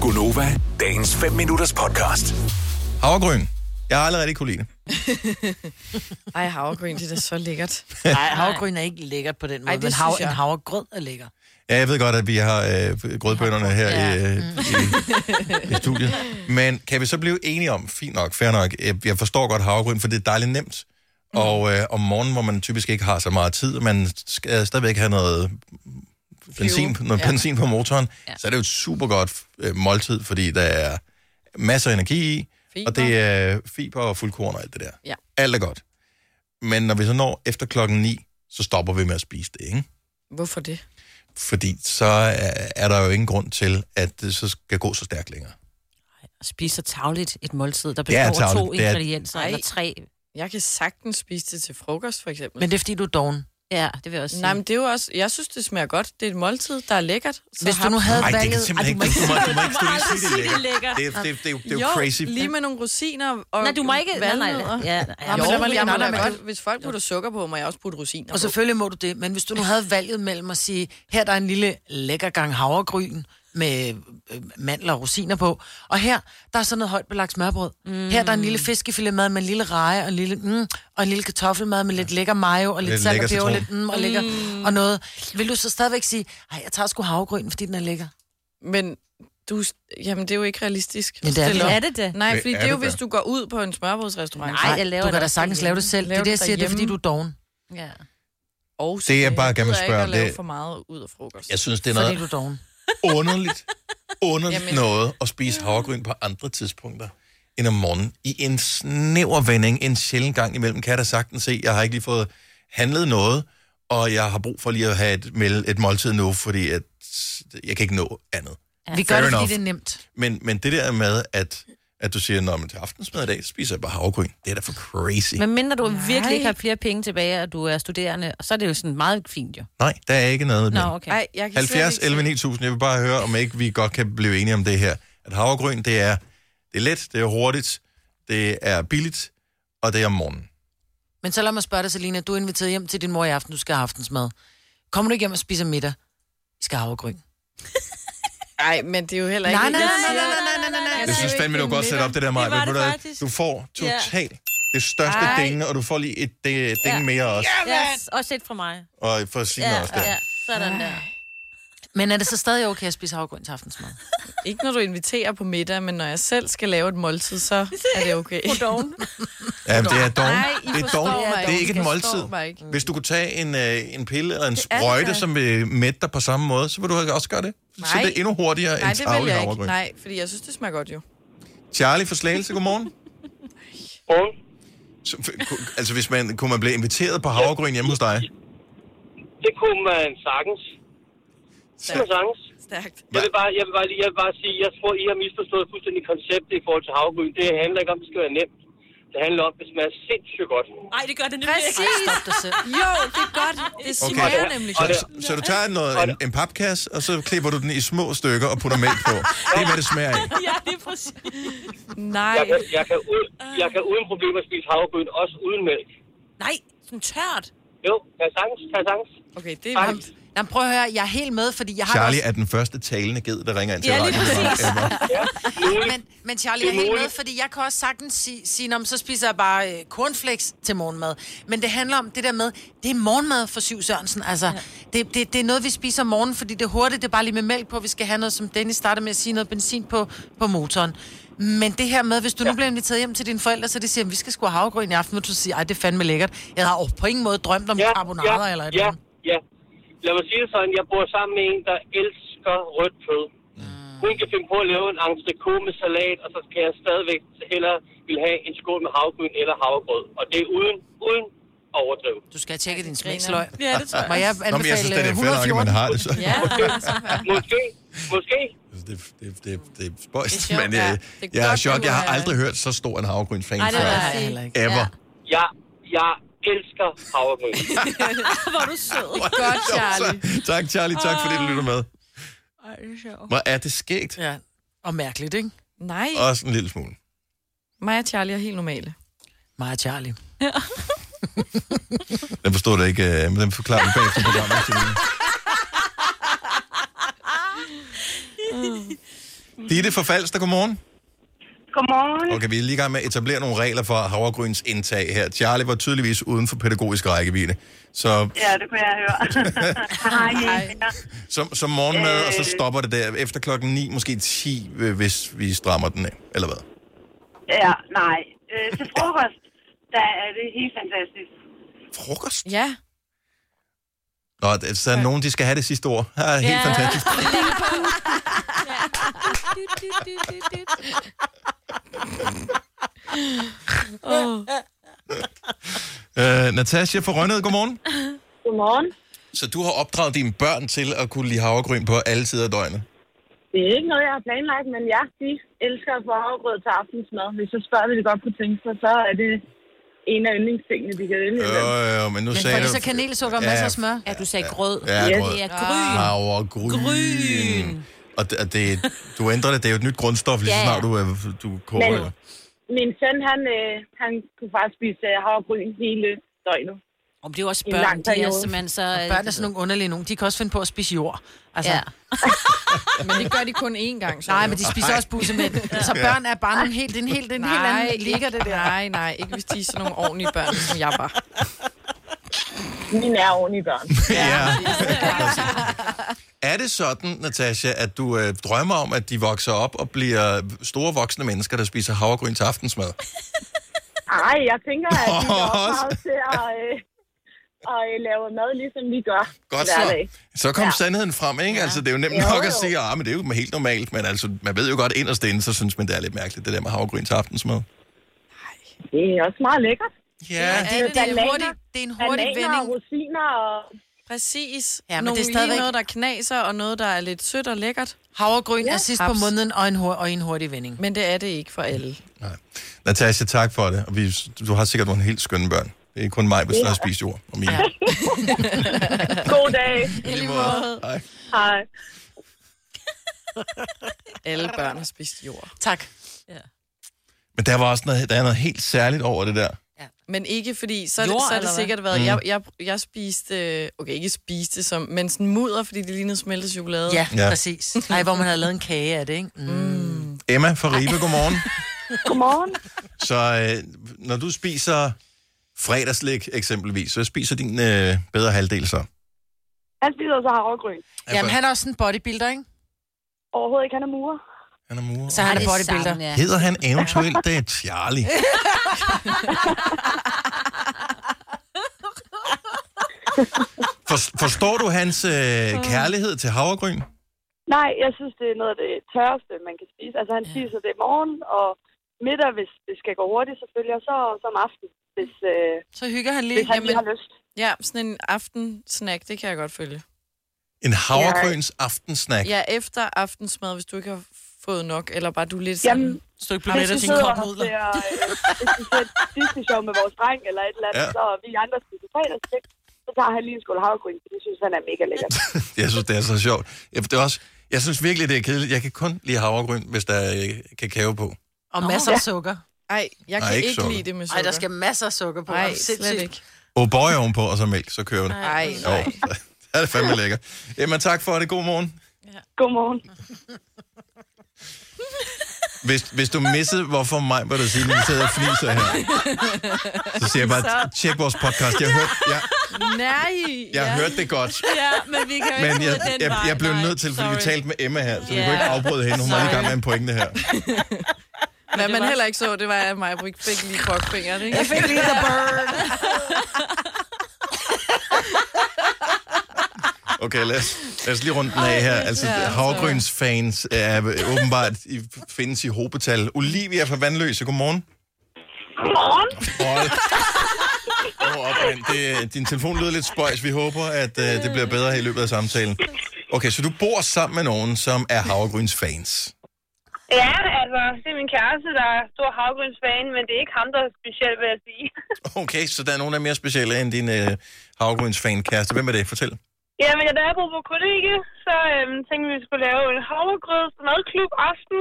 Gunova, dagens 5 minutters podcast. Havregryn. Jeg har allerede ikke kunne lide det. Ej, havregryn, det er da så lækkert. Nej, havregryn er ikke lækkert på den måde, Ej, Ej, det men synes hav, en jeg. havregrød er lækker. Ja, jeg ved godt, at vi har øh, grødbønderne her i, øh, i, i studiet. Men kan vi så blive enige om, fint nok, fair nok, jeg, jeg forstår godt havregryn, for det er dejligt nemt. Og øh, om morgenen, hvor man typisk ikke har så meget tid, man skal øh, stadigvæk have noget benzin, noget ja. benzin på motoren, ja. så er det jo et super godt øh, måltid, fordi der er masser af energi i, fiber. og det er fiber og fuldkorn og alt det der. Ja. Alt er godt. Men når vi så når efter klokken 9, så stopper vi med at spise det, ikke? Hvorfor det? fordi så er, er der jo ingen grund til, at det så skal gå så stærkt længere. og spiser tavligt et måltid, der Det er består af to tarveligt. Det er- ingredienser, Ej. eller tre. Jeg kan sagtens spise det til frokost, for eksempel. Men det er, fordi du er doven. Ja, det vil jeg også sige. Nej, men det er jo også... Jeg synes, det smager godt. Det er et måltid, der er lækkert. Så Hvis du har- nu havde Nej, det valget... kan Ej, simpelthen du må ikke. Du må, du må ikke stå Du må aldrig sige, det er sige, lækkert. Det, det er er- det, er- det, er jo- det, er jo, jo crazy. lige med nogle rosiner og Nej, du må ikke... Nej, nej, valnødder. ja, Ja, men Jo, der må, men jeg må nej, da nej, men godt, hvis folk putter sukker på, må jeg også putte rosiner Og på. selvfølgelig må du det, men hvis du nu havde valget mellem at sige, her der er en lille lækker gang havregryn med øh, mandler og rosiner på, og her der er sådan noget højt belagt smørbrød. Mm. Her der er en lille fiskefilet mad med en lille reje og en lille, mm, og en lille kartoffelmad med lidt lækker mayo og lidt, Lidt lidt salt lækker og peber og citron. lidt mm, og, lækker, og noget. Vil du så stadigvæk sige, nej, jeg tager sgu havregryn, fordi den er lækker? Men du, jamen, det er jo ikke realistisk. Men det er Stille det. op. Er det det? Nej, Det fordi det, er er jo, det da. hvis du går ud på en smørbrødsrestaurant. Nej, jeg laver du det kan da også sagtens lave det derhjemme. selv. Det er Lav det, det jeg siger, det er fordi, du derhjemme. er doven. Ja. Og så Det, jeg bare gider gerne vil ikke spørge, at lave det- for meget ud af frokost. Jeg synes, det er Fordi du noget er doven. underligt, underligt Jamen. noget at spise havregryn på andre tidspunkter end om morgenen. I en snæver vending, en sjælden gang imellem, kan jeg da sagtens se, jeg har ikke lige fået handlet noget, og jeg har brug for lige at have et, mel- et måltid nu, fordi at jeg kan ikke nå andet. Vi gør Fair det, fordi enough. det er nemt. Men, men det der med, at, at du siger, at til aftensmad i dag spiser jeg bare havregryn, det er da for crazy. Men... Men mindre du nej. virkelig ikke har flere penge tilbage, og du er studerende, så er det jo sådan meget fint jo. Nej, der er ikke noget. Nå, Men. okay. Ej, jeg kan slet 70, ikke se- 11, 9000, jeg vil bare høre, om ikke vi godt kan blive enige om det her. At havregryn, det er, det er let, det er hurtigt, det er billigt, og det er om morgenen. Men så lad mig spørge dig, Selina. Du er inviteret hjem til din mor i aften. Du skal have aftensmad. Kommer du ikke hjem og spiser middag? I skal have havregryn. Nej, men det er jo heller ikke... Nej, nej, nej, nej, nej, nej, nej, Jeg synes fandme, det var godt sat op, det der, Maja. Det var Ved det du hvad? faktisk. Du får Ja. totalt det største Ej. ding, og du får lige et øh, ding Ja. mere også. Yes, også et fra mig. Og for Signe Ja, også der. ja, sådan der. Men er det så stadig okay at spise havregryn til aftensmad? Ikke når du inviterer på middag, men når jeg selv skal lave et måltid, så er det okay. Ja, men det er dog. Nej, I Det er forstår dog. mig Det er ikke. ikke I et forstår måltid. mig ikke. Hvis du kunne tage en, øh, en pille eller en er det sprøjte, da. som vil mætte dig på samme måde, så vil du også gøre det. Så Nej. det er endnu hurtigere Nej, end det vil tavlig jeg ikke. havregryn. Nej, fordi jeg synes, det smager godt jo. Charlie fra Slagelse, godmorgen. Morgen. Så, f- ku- altså, hvis man, kunne man blive inviteret på havregryn hjemme hos dig? Det kunne man sagtens. Det kunne man sagtens. Stærkt. Jeg vil, bare, jeg, vil bare, lige- jeg vil bare sige, jeg tror, I har misforstået fuldstændig konceptet i forhold til havgryn. Det handler ikke om, at det skal være nemt. Det handler om, at det smager sindssygt godt. Nej, det gør det nemlig Præcis. Stop dig selv. Jo, det er godt. Det smager Okay. nemlig Og godt. det- Så, så du tager noget, en, en papkasse, og så klipper du den i små stykker og putter mælk på. Det er, hvad det smager af. Ja, det er præcis. Nej. Jeg kan, jeg kan, ud, jeg kan uden problemer spise havgryn, også uden mælk. Nej, sådan tørt. Jo, kan jeg sagtens, kan jeg sagtens. Okay, det er vildt. Jamen, prøv at høre, jeg er helt med, fordi jeg har det Charlie er den første talende ged, der ringer ind til Ja, lige radioen. også... Men, men Charlie jeg er helt med, fordi jeg kan også sagtens sige, sige om så spiser jeg bare øh, cornflakes til morgenmad. Men det handler om det der med, det er morgenmad for Syv Sørensen. Altså, ja. det, det, det, er noget, vi spiser om morgenen, fordi det er hurtigt, det er bare lige med mælk på. Vi skal have noget, som Dennis startede med at sige, noget benzin på, på motoren. Men det her med, hvis du ja. nu bliver inviteret hjem til dine forældre, så de siger, at vi skal sgu have havregryn i aften, og du siger, ej, det er fandme lækkert. Jeg har oh, på ingen måde drømt om ja, carbonader ja, eller et ja, eller andet. ja. Lad mig sige det sådan, jeg bor sammen med en, der elsker rødt kød. Mm. Hun kan finde på at lave en entrecôte med salat, og så kan jeg stadigvæk hellere vil have en skål med havgryn eller havregrød. Og det er uden, uden overdriv. Du skal tjekke din smagsløg. Ja, det tror Må jeg Nå, men jeg synes, anbefale det er fedt nok, at 114? man har det. Så. Ja, Måske, måske. Altså, Det, det, det, det er spøjst, Det er sjovt, men ja. jeg, Det er jeg er godt, chok. du Jeg har er- aldrig hørt så stor en havregrynsfan Ej, det før. var Nej, jeg heller ikke. Ever. Jeg, jeg elsker havregryn. Hvor er du sød. godt, Charlie. Så, tak, Charlie. Tak, fordi du lytter med. Ej, det er sjovt. Hvor er det skægt? Ja. Og mærkeligt, ikke? Nej, Også en lille smule. mig og Charlie er helt normale. Mig og Charlie. Den forstod det ikke, øh, men den forklarer vi bagefter programmet. Selina. Ditte fra Falster, godmorgen. Godmorgen. Okay, vi er lige i gang med at etablere nogle regler for havregryns indtag her. Charlie var tydeligvis uden for pædagogisk rækkevidde. Så Ja, det kunne jeg høre. Hej. Hej. som, som morgenmad, og Øh. så stopper det der efter klokken 9, måske 10, øh, hvis vi strammer den af, eller hvad? Ja, nej. Øh, til frokost, der er det helt fantastisk. Frokost? Ja. Nå, det- så er der nogen, de skal have det sidste ord. Ah, helt Ja. fantastisk. Oh. Øh, Natasha fra Rønnede, godmorgen. Godmorgen. Så du har opdraget dine børn til at kunne lide havregryn på alle tider af døgnet? Det er ikke noget, jeg har planlagt, men ja, de elsker at få havregrød til aftensmad. Hvis jeg spørger, hvad de godt kunne tænke sig, så er det en af yndlingstingene, de kan vælge. Øh. Øh, øh, men nu Men sagde får de du... så kanelsukker og Ja. masser af smør? Ja, du sagde grød. Ja, grød. Det er gryn. Havregryn. Gryn. Og det, og det, du ændrer det, det er jo et nyt grundstof, lige så Ja. snart du, øh, du koger Men- det. Min søn, han, øh, han kunne faktisk spise øh, havregryn hele døgnet. Om det er jo også En lang børn, de er periode. simpelthen så... Børn er sådan nogle underlige nogen. De kan også finde på at spise jord. Altså, Ja. ja. Men det gør de kun én gang, så. Nej, men de spiser også bussemænd. Så børn er bare nogle helt, en helt, en helt Nej, anden ligger det der. Nej, nej, ikke hvis de er sådan nogle ordentlige børn, som jeg var. Mine er ordentlige børn. Ja. Er det sådan, Natasha, at du øh, drømmer om, at de vokser op og bliver store voksne mennesker, der spiser havregryn til aftensmad? Ej, jeg tænker, at de er Åh, opdraget til at, øh, at øh, lave mad, ligesom vi gør Godt hver så. dag. Så kom ja. sandheden frem, ikke? Ja. Altså, det er jo nemt Jo, nok at jo. sige, ah, men det er jo helt normalt, men altså, man ved jo godt inderst inde, så synes man, det er lidt mærkeligt, det der med havregryn til aftensmad. Det er også meget lækkert. Ja. Er det, det, er Bananer. hurtigt, det er en hurtig Bananer og vending. rosiner og... Præcis. Ja, Ja, men men Nogle det er stadigvæk- lige noget, der knaser, og noget, der er lidt sødt og lækkert. Havregryn ja. er sidst på Haps. måneden og en, hur- og en hurtig vending. Men det er det ikke for alle. Nej. Natasha, tak for det. Og vi, du har sikkert nogle helt skønne børn. Det er kun mig, hvis der har spist jord. Og mine. Ja. God dag. Hej. Hej. Alle børn har spist jord. Tak. Men der var også noget, der er noget helt særligt over det der. Men ikke fordi, så, Jord, jord, så er det eller hvad? sikkert været, mm. jeg, jeg, jeg spiste, øh, okay, ikke spiste, som, men sådan mudder, fordi det lignede smeltet chokolade. Ja, Ja. ja, præcis. Ej, hvor man havde lavet en kage af det, ikke? Mm. Emma fra Ribe, godmorgen. Godmorgen. Så øh, når du spiser fredagslik eksempelvis, så spiser din øh, bedre halvdel så? Han spiser så havregryn. Jamen, han er også en bodybuilder, ikke? Overhovedet ikke, han er murer. Han er mor. Så han er bodybuilder. ja. Hedder han eventuelt det er Charlie? For, forstår du hans øh, Mm. kærlighed til havregryn? Nej, jeg synes, det er noget af det tørreste, man kan spise. Altså, han spiser det i morgen og middag, hvis det skal gå hurtigt selvfølgelig, og så, så om aftenen, hvis, øh, Så hygger han lige. hvis han Jamen, lige har lyst. ja sådan en aftensnack, det kan jeg godt følge. En havregryns aftensnack. Ja, efter aftensmad, hvis du ikke har fået nok, eller bare du er lidt sådan... Jamen, Jamen. så ikke hvis vi sidder og ser, øh, hvis vi ser Disney-show med vores dreng eller et eller andet, Ja. ja. så og vi andre spiser fredagslæg, så tager han lige en skål havregryn, for det synes han er mega lækkert. Jeg synes, det er så sjovt. Jeg, det er også, jeg synes virkelig, det er kedeligt. Jeg kan kun lide havregryn, hvis der er øh, kakao på. Og masser af sukker. Ej, jeg Ej, kan ikke ikke, sukker. lide det med sukker. Nej, der skal masser af sukker på. Ej, Sindssygt. slet ikke. Og bøje ovenpå, og så mælk, så kører det. Ej, Jo, det er det fandme lækkert. Jamen tak for det. God morgen. Godmorgen. Hvis, hvis du missede, hvorfor mig var det sige, at sidder og fniser her. Så siger jeg bare, tjek vores podcast. Jeg hørte, jeg, nej. jeg hørte det godt, ja, men vi kan jo men ikke jeg, ud den jeg, vej. jeg blev Nej, nødt til, fordi vi sorry. talte med Emma her, så vi Ja. kunne ikke afbryde hende. Hun var lige i gang med en pointe her. Hvad man var- heller ikke så, det var, at mig fik lige kokfingeren, ikke? Jeg fik lige the bird. Okay, lad os, lad os lige runde den af her. Altså, havgrynsfans er åbenbart i, findes i hobetal. Olivia fra Vandløse, godmorgen. Godmorgen. Hold. Hold op, mand. det, din telefon lyder lidt spøjs. Vi håber, at uh, det bliver bedre her i løbet af samtalen. Okay, så du bor sammen med nogen, som er havregryns fans. Ja, altså, det er min kæreste, der er stor havgrynsfan, men det er ikke ham, der er speciel, vil jeg sige. Okay, så der er nogen, der er mere specielle end din uh, havregryns fan kæreste. Hvem er det? Fortæl. Ja, men da jeg boede på kollega, så øhm, tænkte vi, at vi skulle lave en havregrøds madklub aften.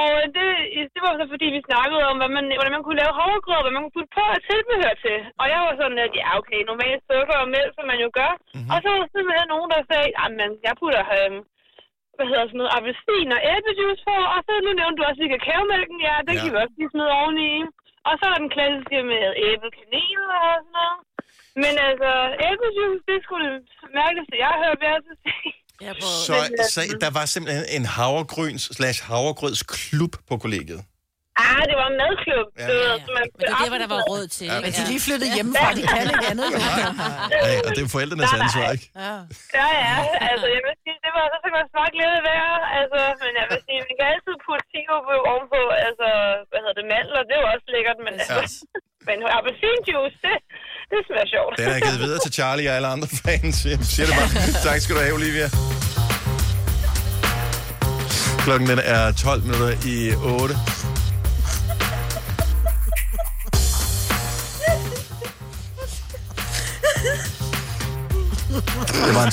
Og det, det var så fordi, vi snakkede om, hvad man, hvordan man kunne lave havregrød, hvad man kunne putte på og tilbehør til. Og jeg var sådan, at ja, okay, normalt "Ah, sukker og mælk, som man jo gør. Mm-hmm. Og så var der simpelthen nogen, der sagde, at jeg putter øhm, hvad hedder sådan noget, appelsin og æblejuice på, og så nu nævnte du også lige kakaomælken, ja, den Ja. ja. kan vi også lige smide oveni. Og så er der den klassiske med æble, kanel og sådan noget. Men altså, æblejuice, det skulle det mærkeligste, jeg har hørt, vil jeg altså sige. Jeg har prøvet- Så, så der var simpelthen en havregryns slash havregrødsklub på kollegiet. Ah, det var en madklub. Ja. Ja, ja, Ja, men det er der, hvor der var råd til. Ja. Ja. Men de er lige flyttet hjemmefra, de kan ikke andet jo. Ja, og det er forældrenes ansvar, ikke? Ja, ja. Altså, jeg vil sige, det var så kan man smage lidt af hver. Altså, men jeg vil sige, man kan altid putte tiger på ovenpå, altså, hvad hedder det, mandler, det er jo også lækkert, men, ja. Præcis. men appelsinjuice, det, det smager sjovt. Den er givet videre til Charlie og alle andre fans. Jeg siger det bare. Tak skal du have, Olivia. Klokken den er 12 minutter i 8. Det var en